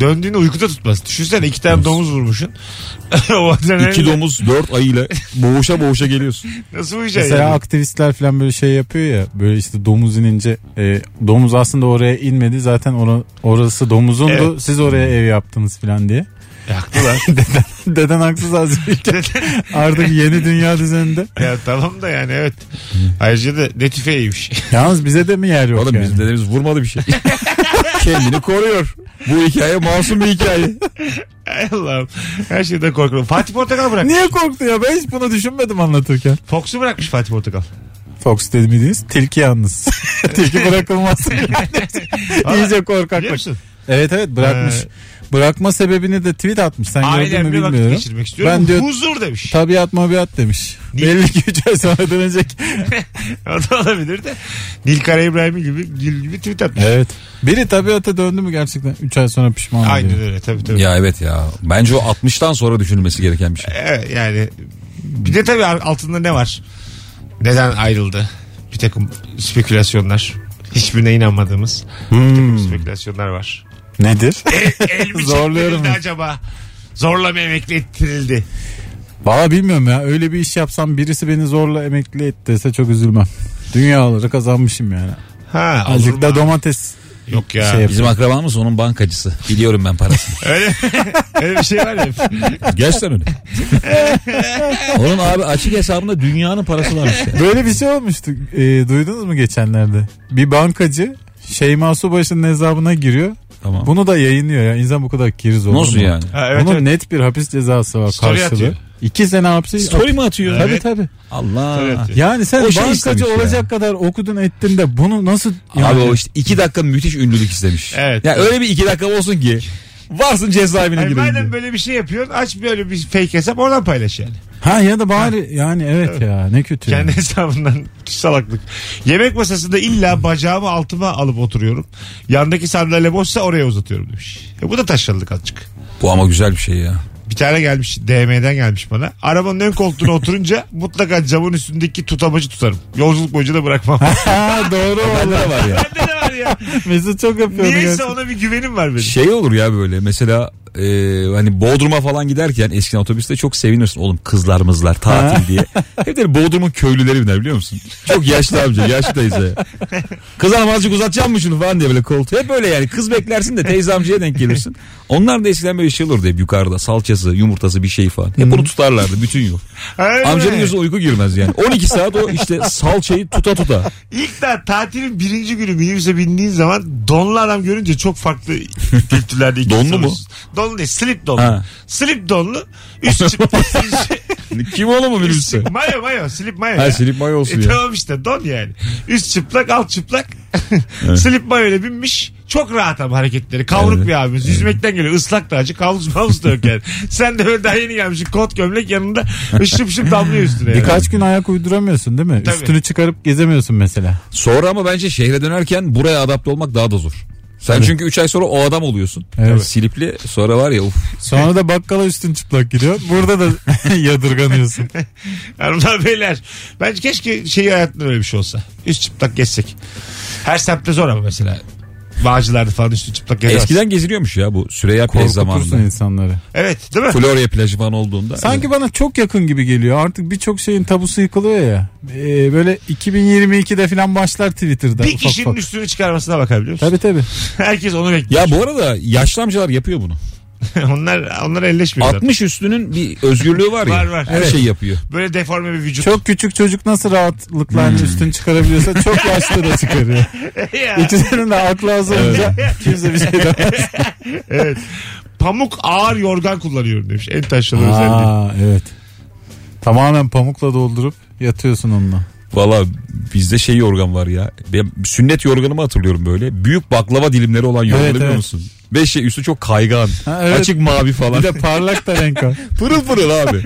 S2: döndüğünde uykuda tutmaz. Düşünsene iki tane domuz vurmuşsun. o bazen
S3: İki
S2: öyle-
S3: domuz dört ayıyla boğuşa boğuşa geliyorsun.
S2: Nasıl uyuyacaksın?
S4: Mesela
S2: Şey yani?
S4: aktivistler falan böyle şey yapıyor ya böyle işte domuz inince e, domuz aslında oraya inmedi zaten ora- orası domuzundu
S2: Evet.
S4: siz oraya ev yaptınız falan diye.
S2: Haklılar.
S4: Deden haksız azıcık artık yeni dünya düzeninde.
S2: ya tamam da yani evet. Ayrıca da ne tüfeğiymiş.
S4: Yalnız bize de mi yer yok
S3: Oğlum
S4: yani?
S3: bizim dedemiz vurmadı bir şey. Kendini koruyor. Bu hikaye masum bir hikaye.
S2: Hay Allah'ım. Her şeyden korkuyorum. Fatih Portakal bırak.
S4: Niye korktu ya ben hiç bunu düşünmedim anlatırken.
S2: Fox'u bırakmış Fatih Portakal.
S4: Fox dediğimiz tilki yalnız. tilki bırakılmaz. İyice korkak.
S2: Biliyor musun?
S4: Evet evet bırakmış. Bırakma sebebini de tweet atmış. Sen gördün mü
S2: Ailemle vakit
S4: bilmiyorum.
S2: geçirmek istiyorum.
S4: Ben diyor-
S2: Huzur demiş.
S4: Tabiat mabiat demiş.
S2: Niye?
S4: Belli ki 3 ay sonra dönecek.
S2: o da olabilir de. Nilkara İbrahim'i gibi, Gül gibi tweet atmış.
S4: evet. Biri tabiata döndü mü gerçekten 3 ay sonra pişman oluyor.
S2: Aynen öyle tabii tabii.
S3: Ya evet ya. Bence o 60'tan sonra düşünülmesi gereken bir şey.
S2: Evet, yani bir de tabii altında ne var? Neden ayrıldı? Bir takım spekülasyonlar. Hiçbirine inanmadığımız bir takım
S4: Hmm.
S2: spekülasyonlar var. E,
S4: Nedir?
S2: El mi
S4: Zorluyorum
S2: çektirildi
S4: ben.
S2: acaba? Zorla mı emekli ettirildi?
S4: Valla bilmiyorum ya. Öyle bir iş yapsam birisi beni zorla emekli et dese çok üzülmem. Dünyaları kazanmışım yani.
S2: Ha, olur mu?
S4: Azıcık da domates.
S2: Yok ya.
S4: şey yap-
S3: Bizim akrabamız onun bankacısı. Biliyorum ben parasını.
S2: Öyle, öyle bir şey var ya.
S3: Gerçekten öyle. onun abi açık hesabında dünyanın parası varmış. ya.
S4: Böyle bir şey olmuştu. Ee, duydunuz mu geçenlerde? Bir bankacı Şeyma Subaşı'nın hesabına giriyor.
S3: Tamam.
S4: Bunu da yayınlıyor ya. İnsan bu kadar keriz olur
S3: Nasıl
S4: mu?
S3: yani?
S2: Ha, evet,
S4: Bunun
S2: evet.
S4: net bir hapis cezası var
S2: Story atıyor.
S4: karşılığı. İki sene hapsi.
S3: Story mi atıyor?
S4: Tabii
S2: Evet.
S4: tabii.
S3: Allah.
S2: Evet.
S4: Yani sen
S3: O şey istemiş
S4: bankacı
S3: ya.
S4: olacak kadar okudun ettin de bunu nasıl...
S3: Abi
S4: Yani-
S3: o işte iki dakika müthiş ünlülük istemiş.
S2: Evet.
S3: Ya öyle bir iki dakika olsun ki varsın cezaevine
S2: Hayır,
S3: gireyim diye.
S2: madem böyle bir şey yapıyorsun aç böyle bir fake hesap oradan paylaş yani.
S4: Ha ya da bari yani evet ya ne kötü. ya.
S2: Kendi hesabından salaklık. Yemek masasında illa bacağımı altıma alıp oturuyorum. Yandaki sandalye boşsa oraya uzatıyorum demiş. E bu da taşralık azıcık.
S3: Bu ama güzel bir şey ya.
S2: Bir tane gelmiş DM'den gelmiş bana. Arabanın ön koltuğuna oturunca mutlaka camın üstündeki tutamacı tutarım. Yolculuk boyunca da bırakmam.
S4: Ha doğru
S3: Bende de
S4: valla.
S3: var ya.
S2: Bende de var ya.
S4: Mesut çok yapıyor. onu
S2: Niyeyse
S4: gerçekten.
S2: ona bir güvenim var benim.
S3: Şey olur ya böyle mesela e, hani Bodrum'a falan giderken eskiden otobüste çok sevinirsin oğlum kızlar mızlar tatil diye. Hep de Bodrum'un köylüleri biner biliyor musun? Çok yaşlı amca yaşlı teyze. Kız hanım azıcık uzatacağım mı şunu falan diye böyle koltuğu. Hep böyle yani kız beklersin de teyze amcaya denk gelirsin. Onlar da eskiden böyle şey olurdu hep yukarıda salçası yumurtası bir şey falan. Hep onu tutarlardı bütün yıl.
S2: Öyle
S3: Amcanın
S2: mi?
S3: gözü uyku girmez yani. 12 saat o işte salçayı tuta tuta.
S2: İlk daha tatilin birinci günü minibüse bindiğin zaman donlu adam görünce çok farklı kültürlerde iki
S3: Donlu mu?
S2: soruyorsun. Donlu değil slip donlu.
S3: Ha.
S2: Slip donlu. Üst çıp.
S3: Kim oğlum o minibüste?
S2: mayo mayo slip mayo.
S3: Her
S2: ya.
S3: silip may olsun
S2: E,
S3: ya.
S2: tamam işte don yani. Üst çıplak alt çıplak. Slip mayo ile binmiş. Çok rahat ama hareketleri. Kavruk
S3: Evet.
S2: bir abimiz. Yüzmekten geliyor. Islak da acı. Kavruk mavuz da yok yani. Sen de böyle daha yeni gelmişsin. Kot gömlek yanında. Şıp şıp damlıyor üstüne. yani.
S4: Birkaç gün ayak uyduramıyorsun değil mi?
S2: Tabii.
S4: Üstünü çıkarıp gezemiyorsun mesela.
S3: Sonra ama bence şehre dönerken buraya adapte olmak daha da zor. Sen çünkü 3 ay sonra o adam oluyorsun.
S4: Evet.
S3: Silipli sonra var ya uf.
S4: Sonra da bakkala üstün çıplak gidiyor. Burada da yadırganıyorsun.
S2: Hanımlar beyler. Bence keşke şeyi hayatında öyle bir şey olsa. Üst çıplak gezsek. Her semtte zor ama mesela. Bağcılarda falan üstü çıplak gezemez.
S3: Eskiden geziliyormuş ya bu Süreyya Plaj zamanında.
S4: Korkutursun insanları.
S2: Evet değil mi?
S3: Florya plajı falan olduğunda.
S4: Sanki bana çok yakın gibi geliyor. Artık birçok şeyin tabusu yıkılıyor ya. Ee, böyle 2022'de falan başlar Twitter'da.
S2: Bir
S4: ufak
S2: kişinin
S4: ufak.
S2: üstünü çıkarmasına bakar biliyor musun?
S4: Tabii tabii.
S2: Herkes onu bekliyor.
S3: Ya bu arada yaşlı amcalar yapıyor bunu.
S2: onlar, onlar elleşmiyor zaten.
S3: 60 üstünün bir özgürlüğü var ya.
S2: Var, var.
S3: Her
S2: Evet.
S3: şey yapıyor.
S2: Böyle deforme bir vücut.
S4: Çok küçük çocuk nasıl rahatlıkla üstünü çıkarabiliyorsa çok yaşlı da çıkarıyor.
S2: Ya.
S4: İkisinin de aklı az olunca kimse bir şey demez.
S2: evet. Pamuk ağır yorgan kullanıyorum demiş. En taşlı özelliği.
S4: Aa, evet. Tamamen pamukla doldurup yatıyorsun onunla.
S3: Valla bizde şey yorgan var ya. Ben sünnet yorganımı hatırlıyorum böyle. Büyük baklava dilimleri olan yorganı
S4: Evet,
S3: biliyor
S4: evet.
S3: musun? Beş şey üstü çok kaygan.
S4: Ha, evet.
S3: Açık mavi falan.
S4: Bir de parlak da renk var.
S3: pırıl pırıl abi.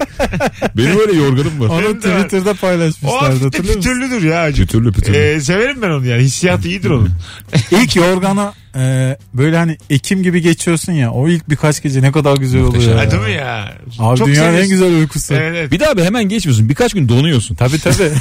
S3: Benim öyle yorganım var.
S4: Onu
S2: Benim de var.
S4: Twitter'da
S2: O
S4: paylaşmışlardı
S2: hafif de
S4: hatırlıyor musun?
S2: pütürlüdür ya. acı.
S3: Pütürlü pütürlü.
S2: Ee, severim ben onu yani. Hissiyatı iyidir onun.
S4: İlk yorgana e, böyle hani Ekim gibi geçiyorsun ya. O ilk birkaç gece ne kadar güzel
S3: Muhteşem.
S4: oluyor.
S2: Ha,
S4: ya.
S2: değil mi ya?
S4: Abi dünyanın en
S2: seviyorsun.
S4: güzel uykusu.
S2: Evet, evet.
S3: Bir daha abi hemen geçmiyorsun. Birkaç gün donuyorsun.
S4: Tabii tabii.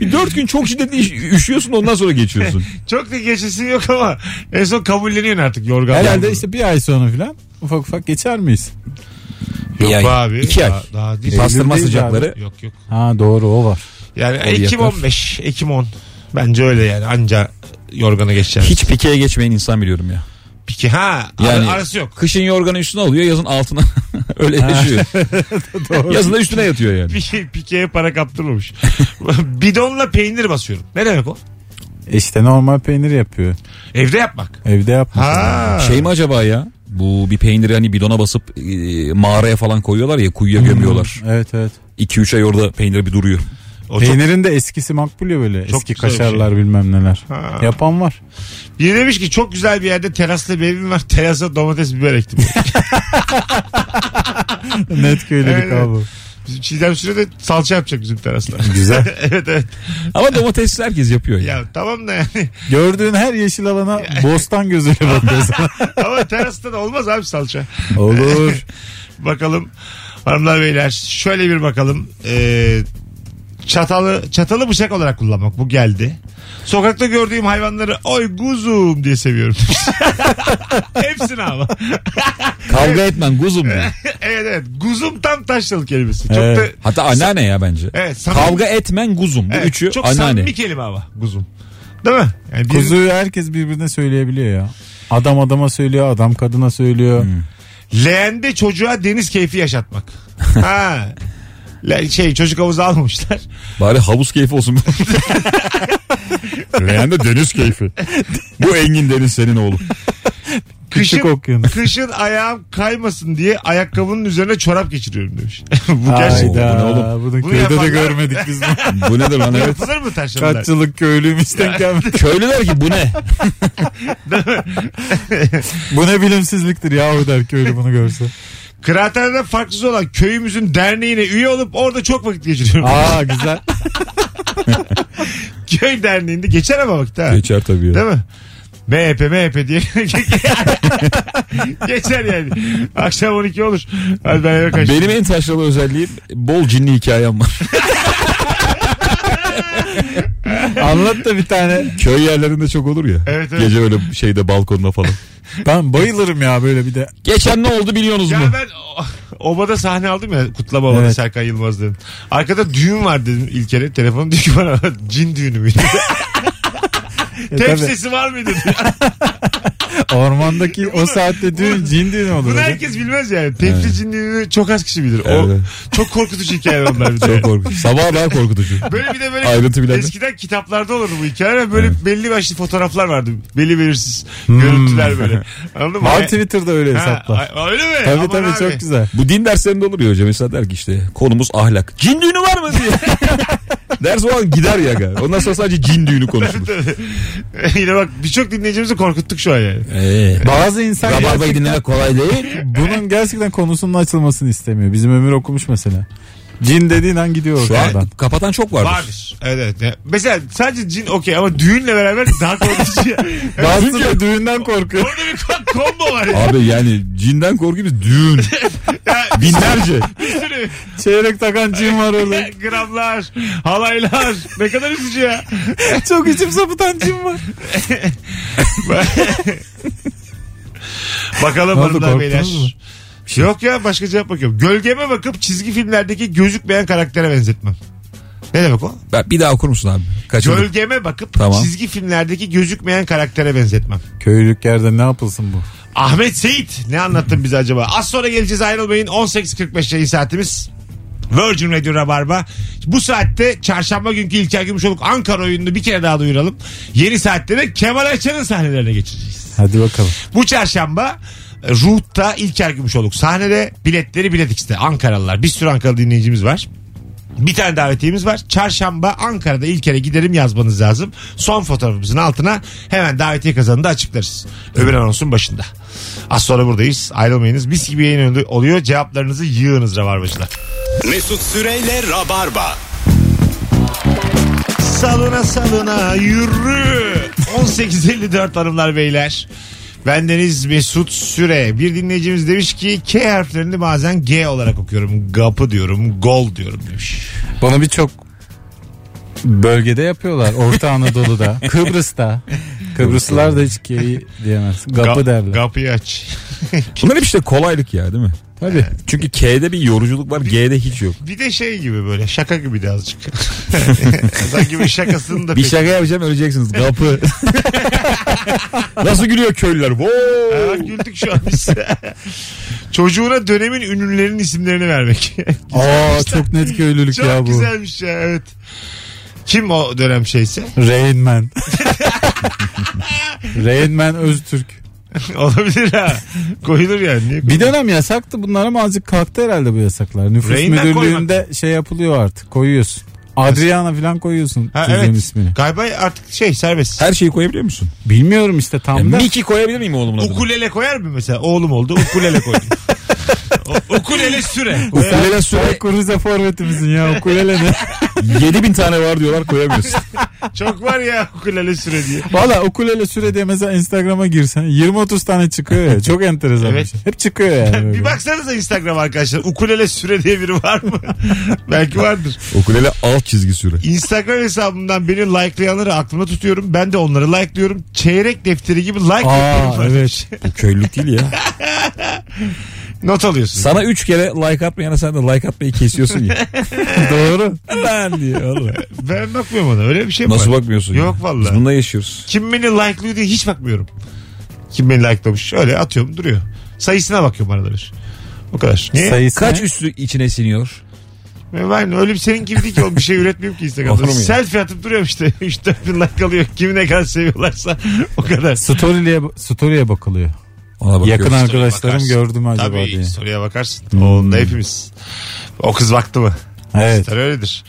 S3: Bir dört gün çok şiddetli iş- üşüyorsun ondan sonra geçiyorsun.
S2: Çok da geçesi yok ama en son kabulleniyorsun artık yorgan.
S4: Herhalde işte bir ay sonra falan ufak ufak geçer miyiz?
S2: Yok
S3: Bir ay,
S2: abi.
S3: iki ay.
S2: Daha, daha değil.
S3: Pastırma
S4: Eylül'deyiz
S3: sıcakları.
S2: Yok yok.
S4: Ha doğru o var.
S2: Yani
S3: Oraya
S2: Ekim
S3: yakar.
S2: 15, Ekim 10. Bence öyle yani anca yorgana geçeceğim.
S3: Hiç pikeye geçmeyen insan biliyorum ya.
S2: Peki ha
S3: Yani-
S2: ar- arası yok.
S3: Kışın yorganı üstüne alıyor yazın altına öyle yaşıyor. yazın da üstüne yatıyor yani.
S2: Pike, şey, pikeye para kaptırmamış. Bidonla peynir basıyorum. Ne demek o?
S4: İşte normal peynir yapıyor.
S2: Evde yapmak.
S4: Evde yapmış.
S2: Ha.
S3: Şey mi acaba ya? Bu bir peyniri hani bidona basıp e,
S2: Hmm.
S3: mağaraya falan koyuyorlar ya kuyuya gömüyorlar.
S4: Evet evet.
S3: 2-3 ay orada peynir bir duruyor.
S2: O çok...
S4: Peynirin de eskisi makbul ya böyle.
S2: Çok
S4: Eski
S2: güzel bir şey.
S4: kaşarlar bilmem neler.
S2: Ha.
S4: Yapan var.
S2: Biri demiş ki çok güzel bir yerde teraslı bir evim var. Terasa domates biber ektim.
S4: Net köylülük
S2: Aynen.
S4: abi.
S2: bizim Çiğdem Süre de salça yapacak bizim terasla.
S4: Güzel.
S2: evet evet.
S3: Ama domates herkes yapıyor. Ya.
S2: Ya tamam da yani.
S4: Gördüğün her yeyeşil alana bostan gözüyle bakıyorsun.
S2: Ama terasta da olmaz abi salça.
S4: Olur.
S2: Bakalım hanımlar beyler şöyle bir bakalım. Ee, çatalı çatalı bıçak olarak kullanmak bu geldi. Sokakta gördüğüm hayvanları oy guzum diye seviyorum. Hepsini ama.
S3: Kavga etmen kuzum ya.
S2: evet evet. Guzum tam taşralı kelimesi. Çok
S4: Evet.
S2: da
S3: Hatta anneanne ya bence.
S2: evet, samimi-
S3: Kavga etmen kuzum. Bu
S2: evet,
S3: üçü
S2: çok
S3: anneanne.
S2: samimi kelime ama guzum. Değil mi? Yani bir-
S4: Kuzuyu herkes birbirine söyleyebiliyor ya. Adam adama söylüyor, adam kadına söylüyor.
S2: Hmm. Leğende çocuğa deniz keyfi yaşatmak. ha. Le- Şey çocuk havuza almamışlar.
S3: Bari havuz keyfi olsun. Leğende deniz keyfi. Bu Engin Deniz senin oğlum.
S4: Küçük okuyan.
S2: kışın ayağım kaymasın diye ayakkabının üzerine çorap geçiriyorum demiş. bu gerçekten.
S4: Hayda.
S3: Hayda. Bu ne oğlum?
S4: Bunu
S2: Bunu
S4: köyde
S2: yapanlar-
S4: de görmedik biz. bunu.
S3: Bu nedir lan evet.
S2: Yapılır mı taşralar?
S4: Kaç yıllık köylüymüş denk gelmedi.
S3: Köylüler ki bu ne?
S4: Bu ne bilimsizliktir yahu der köylü bunu görse.
S2: Kıraathaneden farksız olan köyümüzün derneğine üye olup orada çok vakit geçiriyorum.
S4: Aa güzel.
S2: Köy derneğinde geçer ama vakit ha.
S3: Geçer tabii ya.
S2: Değil mi? MHP MHP diye. geçer yani. Akşam 12 olur. Hadi ben eve kaçtım.
S3: Benim en taşralı özelliğim bol cinli hikayem var.
S4: Anlat da bir tane.
S3: Köy yerlerinde çok olur ya.
S2: Evet, evet.
S3: Gece öyle şeyde balkonda falan.
S4: Ben bayılırım ya böyle bir de.
S3: Geçen ne oldu biliyorsunuz
S2: Ya
S3: mu?
S2: ben o- obada sahne aldım ya kutlama obada
S4: Evet.
S2: Serkan Yılmaz dedim. Arkada düğün var dedim ilk kere. Telefonu diyor ki bana cin düğünü müydü?
S4: E,
S2: Tepsisi var mıydı? diyor.
S4: Ormandaki o saatte düğün
S2: bunu-
S4: cin düğünü olur.
S2: Bunu
S4: dedi.
S2: herkes bilmez yani. Tepsi cin düğünü çok az kişi bilir. O
S3: Evet.
S2: çok korkutucu hikayeler onlar bir de.
S3: Çok korkutucu. Sabah daha korkutucu.
S2: Böyle bir de böyle
S3: Ayrıntı bilen de.
S2: eskiden kitaplarda olurdu bu hikayeler. Böyle belli başlı fotoğraflar vardı. Belli belirsiz görüntüler böyle. Anladın mı?
S4: Hmm. Var Twitter'da öyle
S2: Ha,
S4: hesaplar.
S2: a- öyle mi?
S4: Tabii
S2: Aman
S4: tabii
S2: abi.
S4: çok güzel.
S3: Bu din derslerinde olur ya hoca mesela der ki işte konumuz ahlak. Cin düğünü var mı diye. Ders o an gider ya. galiba. Ondan sonra sadece cin düğünü konuşulur.
S2: Yine bak birçok dinleyicimizi korkuttuk şu an yani.
S3: Ee,
S4: Bazı insan gerçekten
S3: dinlemek kolay değil.
S4: bunun gerçekten konusunun açılmasını istemiyor. Bizim ömür okumuş mesela. Cin dediğin an gidiyor
S3: Şu an
S4: oradan.
S3: kapatan çok vardır.
S2: Vardır. Evet, evet. Ya, Mesela sadece cin okey ama düğünle beraber daha korkutucu. Evet,
S4: Bazısı da düğünden korkuyor.
S2: Orada bir ko- combo var ya.
S3: Abi yani cinden korkuyoruz düğün. Binlerce.
S2: Bir sürü
S4: Çeyrek takan cin var orada.
S2: gramlar, halaylar. Ne kadar üzücü ya.
S4: Çok içim sapıtan cin var.
S2: Bakalım
S4: Ne oldu,
S2: hanımlar
S4: korktunuz
S2: beyler.
S4: mu?
S2: Yok ya başka cevap bakıyorum. Gölgeme bakıp çizgi filmlerdeki gözükmeyen karaktere benzetmem. Ne demek o?
S3: Ben bir daha okur musun abi? Kaçırdım.
S2: Gölgeme bakıp
S3: Tamam.
S2: çizgi filmlerdeki gözükmeyen karaktere benzetmem.
S4: Köylülük yerde ne yapılsın bu?
S2: Ahmet Seyit ne anlattın bize acaba? Az sonra geleceğiz ayrılmayın. 18.45 yayın saatimiz. Virgin Radio Rabarba. Bu saatte çarşamba günkü İlker Gümüşoluk Ankara oyununu bir kere daha duyuralım. Yeni saatte de Kemal Ayça'nın sahnelerine geçeceğiz.
S4: Hadi bakalım.
S2: Bu çarşamba e, Ruh'ta İlker Gümüşoluk sahnede biletleri Bilet X'te. Ankaralılar bir sürü Ankara dinleyicimiz var. Bir tane davetiyemiz var. Çarşamba Ankara'da ilk kere giderim yazmanız lazım. Son fotoğrafımızın altına hemen davetiye kazanını da açıklarız. Öbür anonsun başında. Az sonra buradayız. Ayrılmayınız. Mis gibi yayın önünde oluyor. Cevaplarınızı yığınız Rabarbacılar.
S1: Mesut Süreyle Rabarba.
S2: Salına salına yürü. 18.54 hanımlar beyler. Bendeniz Mesut Süre. Bir dinleyicimiz demiş ki K harflerini bazen G olarak okuyorum. Gapı diyorum, gol diyorum demiş.
S4: Bunu birçok bölgede yapıyorlar. Orta Anadolu'da, Kıbrıs'ta. Kıbrıslılar da hiç geyi diyemez. Gapı
S2: Ga-
S4: derler.
S2: Gapıyı aç.
S3: Bunlar hep işte kolaylık ya değil mi? Tabii. Çünkü K'de bir yoruculuk var G'de hiç yok.
S2: Bir de şey gibi böyle şaka gibi de azıcık. Sanki bir şakasını da
S3: Bir
S2: pek-
S3: şaka yapacağım öleceksiniz. Kapı. Nasıl gülüyor köylüler?
S2: Aa,
S3: Wow.
S2: güldük şu an biz. Çocuğuna dönemin ünlülerinin isimlerini vermek.
S4: Aa çok net köylülük
S2: Çok
S4: ya bu.
S2: güzelmiş ya evet. Kim o dönem şeyse
S4: Rain Man. Rain Man Öztürk.
S2: olabilir ha. Koyulur yani. Niye
S4: Bir dönem yasaktı bunlar ama azıcık kalktı herhalde bu yasaklar. Nüfus
S2: Rain Man
S4: müdürlüğünde şey yapılıyor artık koyuyorsun. Adriana falan koyuyorsun
S2: Ha,
S4: çocuğun
S2: evet.
S4: ismini.
S2: Galiba artık şey serbest.
S3: Her şeyi koyabiliyor musun?
S4: Bilmiyorum işte tam
S3: Yani
S4: da.
S3: Miki koyabilir miyim oğlumun adını?
S2: Ukulele koyar mı mesela? Oğlum oldu ukulele koydu. O- ukulele süre.
S3: Ukulele
S4: Ay
S3: süre
S4: Kuruze forvetimizin ya ukulele ne?
S3: 7000 tane var diyorlar koyamıyorsun.
S2: Çok var ya ukulele süre diye.
S4: Valla ukulele süre diye mesela Instagram'a girsen 20-30 tane çıkıyor ya. Çok enteresan
S2: Evet.
S4: bir şey. Hep çıkıyor yani. böyle.
S2: Bir baksanıza Instagram arkadaşlar. Ukulele süre diye biri var mı? Belki vardır.
S3: Ukulele alt çizgi süre.
S2: Instagram hesabımdan beni likelayanları aklımda tutuyorum. Ben de onları likeliyorum. Çeyrek defteri gibi like
S4: Aa
S2: yapıyorum.
S4: evet.
S3: Bu köylülük değil ya.
S2: Not alıyorsun.
S3: Sana 3 kere like atmayana sen de like atmayı kesiyorsun ya. Doğru. Lan diye oğlum.
S2: ben bakmıyorum ona. Öyle bir şey mi
S3: Nasıl
S2: var?
S3: bakmıyorsun?
S2: Yok
S3: ya?
S2: vallahi.
S3: Biz bunda yaşıyoruz.
S2: Kim beni like'lıyor diye hiç bakmıyorum. Kim beni like'lamış. Öyle atıyorum duruyor. Sayısına bakıyorum arada bir. O kadar. Niye?
S4: Sayısı
S3: Ee, Kaç
S4: ne?
S3: üstü içine siniyor?
S2: Ben öyle bir senin gibi değil ki oğlum bir şey üretmiyorum ki Instagram'da.
S3: Olur mu ya?
S2: Selfie atıp duruyorum işte. 3-4 bin like alıyor. Kimi ne kadar seviyorlarsa o kadar.
S4: Story'ye story'ye bakılıyor.
S3: Ona bakıyoruz.
S4: Yakın arkadaşlarım
S2: bakarsın.
S4: gördüm acaba
S2: Tabii
S4: diye. Hmm.
S2: soruya bakarsın. Onun da hepimiz. O kız baktı mı?
S4: Evet.
S2: Tabii öyledir.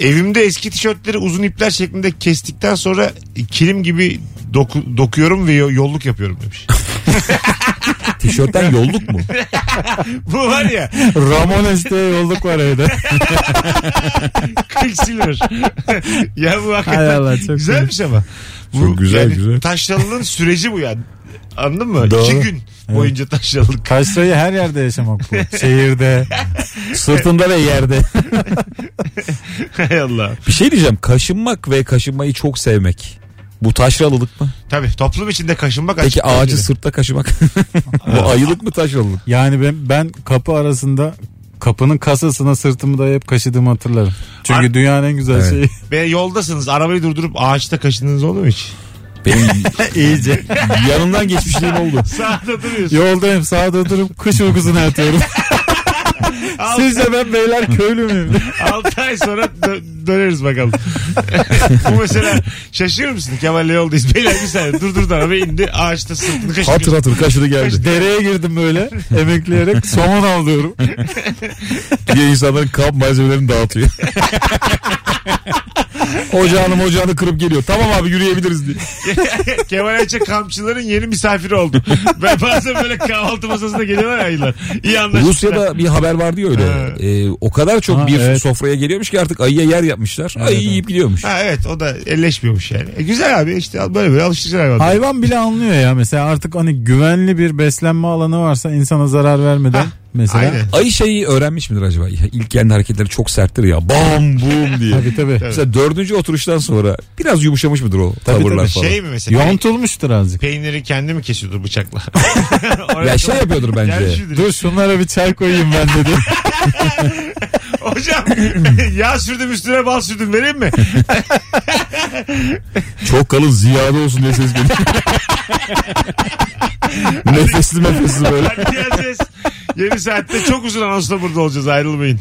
S2: Evimde eski tişörtleri uzun ipler şeklinde kestikten sonra kilim gibi doku- dokuyorum ve yo- yolluk yapıyorum demiş.
S3: Tişörtten yolluk mu?
S2: Bu var ya
S4: Ramones diye yolluk var evde.
S2: Quicksilver. ya bu hakikaten
S4: Hay Allah, çok
S2: güzelmiş ama. Bu,
S3: Çok güzel, güzel.
S2: Taşralılığın süreci bu yani. Anladın mı?
S4: Doğru.
S2: İki gün boyunca taşralılık.
S4: Kayseri'yi her yerde yaşamak bu. Şehirde.
S3: Sırtında ve yerde.
S2: Hay Allah.
S3: Bir şey diyeceğim. Kaşınmak ve kaşınmayı çok sevmek. Bu taşralılık mı?
S2: Tabii toplum içinde kaşınmak
S3: Peki
S2: açık
S3: ağacı
S2: bence de.
S3: sırtta kaşımak. Bu ayılık mı taşralılık?
S4: Yani ben, ben kapı arasında kapının kasasına sırtımı dayayıp kaşıdığımı hatırlarım. Çünkü
S2: Ar-
S4: dünyanın en güzel
S3: Evet.
S4: şeyi.
S2: Ve yoldasınız arabayı durdurup ağaçta kaşındınız oldu mu hiç?
S3: Benim
S4: İyice.
S3: yanından geçmişliğim oldu.
S2: Sağda duruyorsun.
S4: Yoldayım sağda durup kış uykusuna yatıyorum. Sizce ben beyler köylü müyüm?
S2: 6 ay sonra dö- döneriz bakalım. Bu mesela şaşırır mısın? Kemal'le yoldayız. Beyler bir saniye durdurdu arabayı indi. Ağaçta sırtını
S3: Hatır
S2: kaşınıyor.
S3: hatır kaşıdı geldi.
S4: Dereye girdim böyle emekleyerek somon alıyorum.
S3: Diye insanların kamp malzemelerini dağıtıyor. ocağını ocağını kırıp geliyor. Tamam abi yürüyebiliriz diye.
S2: Kemal Ayça kampçıların yeni misafiri oldu. Ben bazen böyle kahvaltı masasına geliyorlar ya ayılar. İyi anlaştılar.
S3: Rusya'da bir haber vardı ya öyle. Ee, o kadar çok
S4: Ha,
S3: bir
S4: evet.
S3: sofraya geliyormuş ki artık ayıya yer yapmışlar. Ayı yiyip gidiyormuş.
S2: Ha evet o da elleşmiyormuş yani. E, güzel abi işte böyle böyle alıştıracaksın hayvanları.
S4: Hayvan bile anlıyor ya mesela artık hani güvenli bir beslenme alanı varsa insana zarar vermeden mesela.
S2: Aynen.
S3: Ayı şeyi öğrenmiş midir acaba? Ya, İlk kendi hareketleri çok serttir ya. Bam bum diye.
S4: Tabii tabii.
S3: Mesela dördüncü oturuştan sonra biraz yumuşamış mıdır o tavırlar
S4: tabii.
S3: falan?
S2: Şey mi mesela?
S4: Yontulmuştur azıcık.
S2: Peyniri kendi mi kesiyordu bıçakla?
S3: ya şey yapıyordur bence.
S2: Gelmişidir.
S4: Dur şunlara bir çay koyayım ben dedi.
S2: Hocam yağ sürdüm üstüne bal sürdüm vereyim mi?
S3: Çok kalın ziyade olsun diye ses geliyor. nefesli nefesli böyle.
S2: Hadi geleceğiz. Yeni saatte çok uzun anonsla burada olacağız ayrılmayın.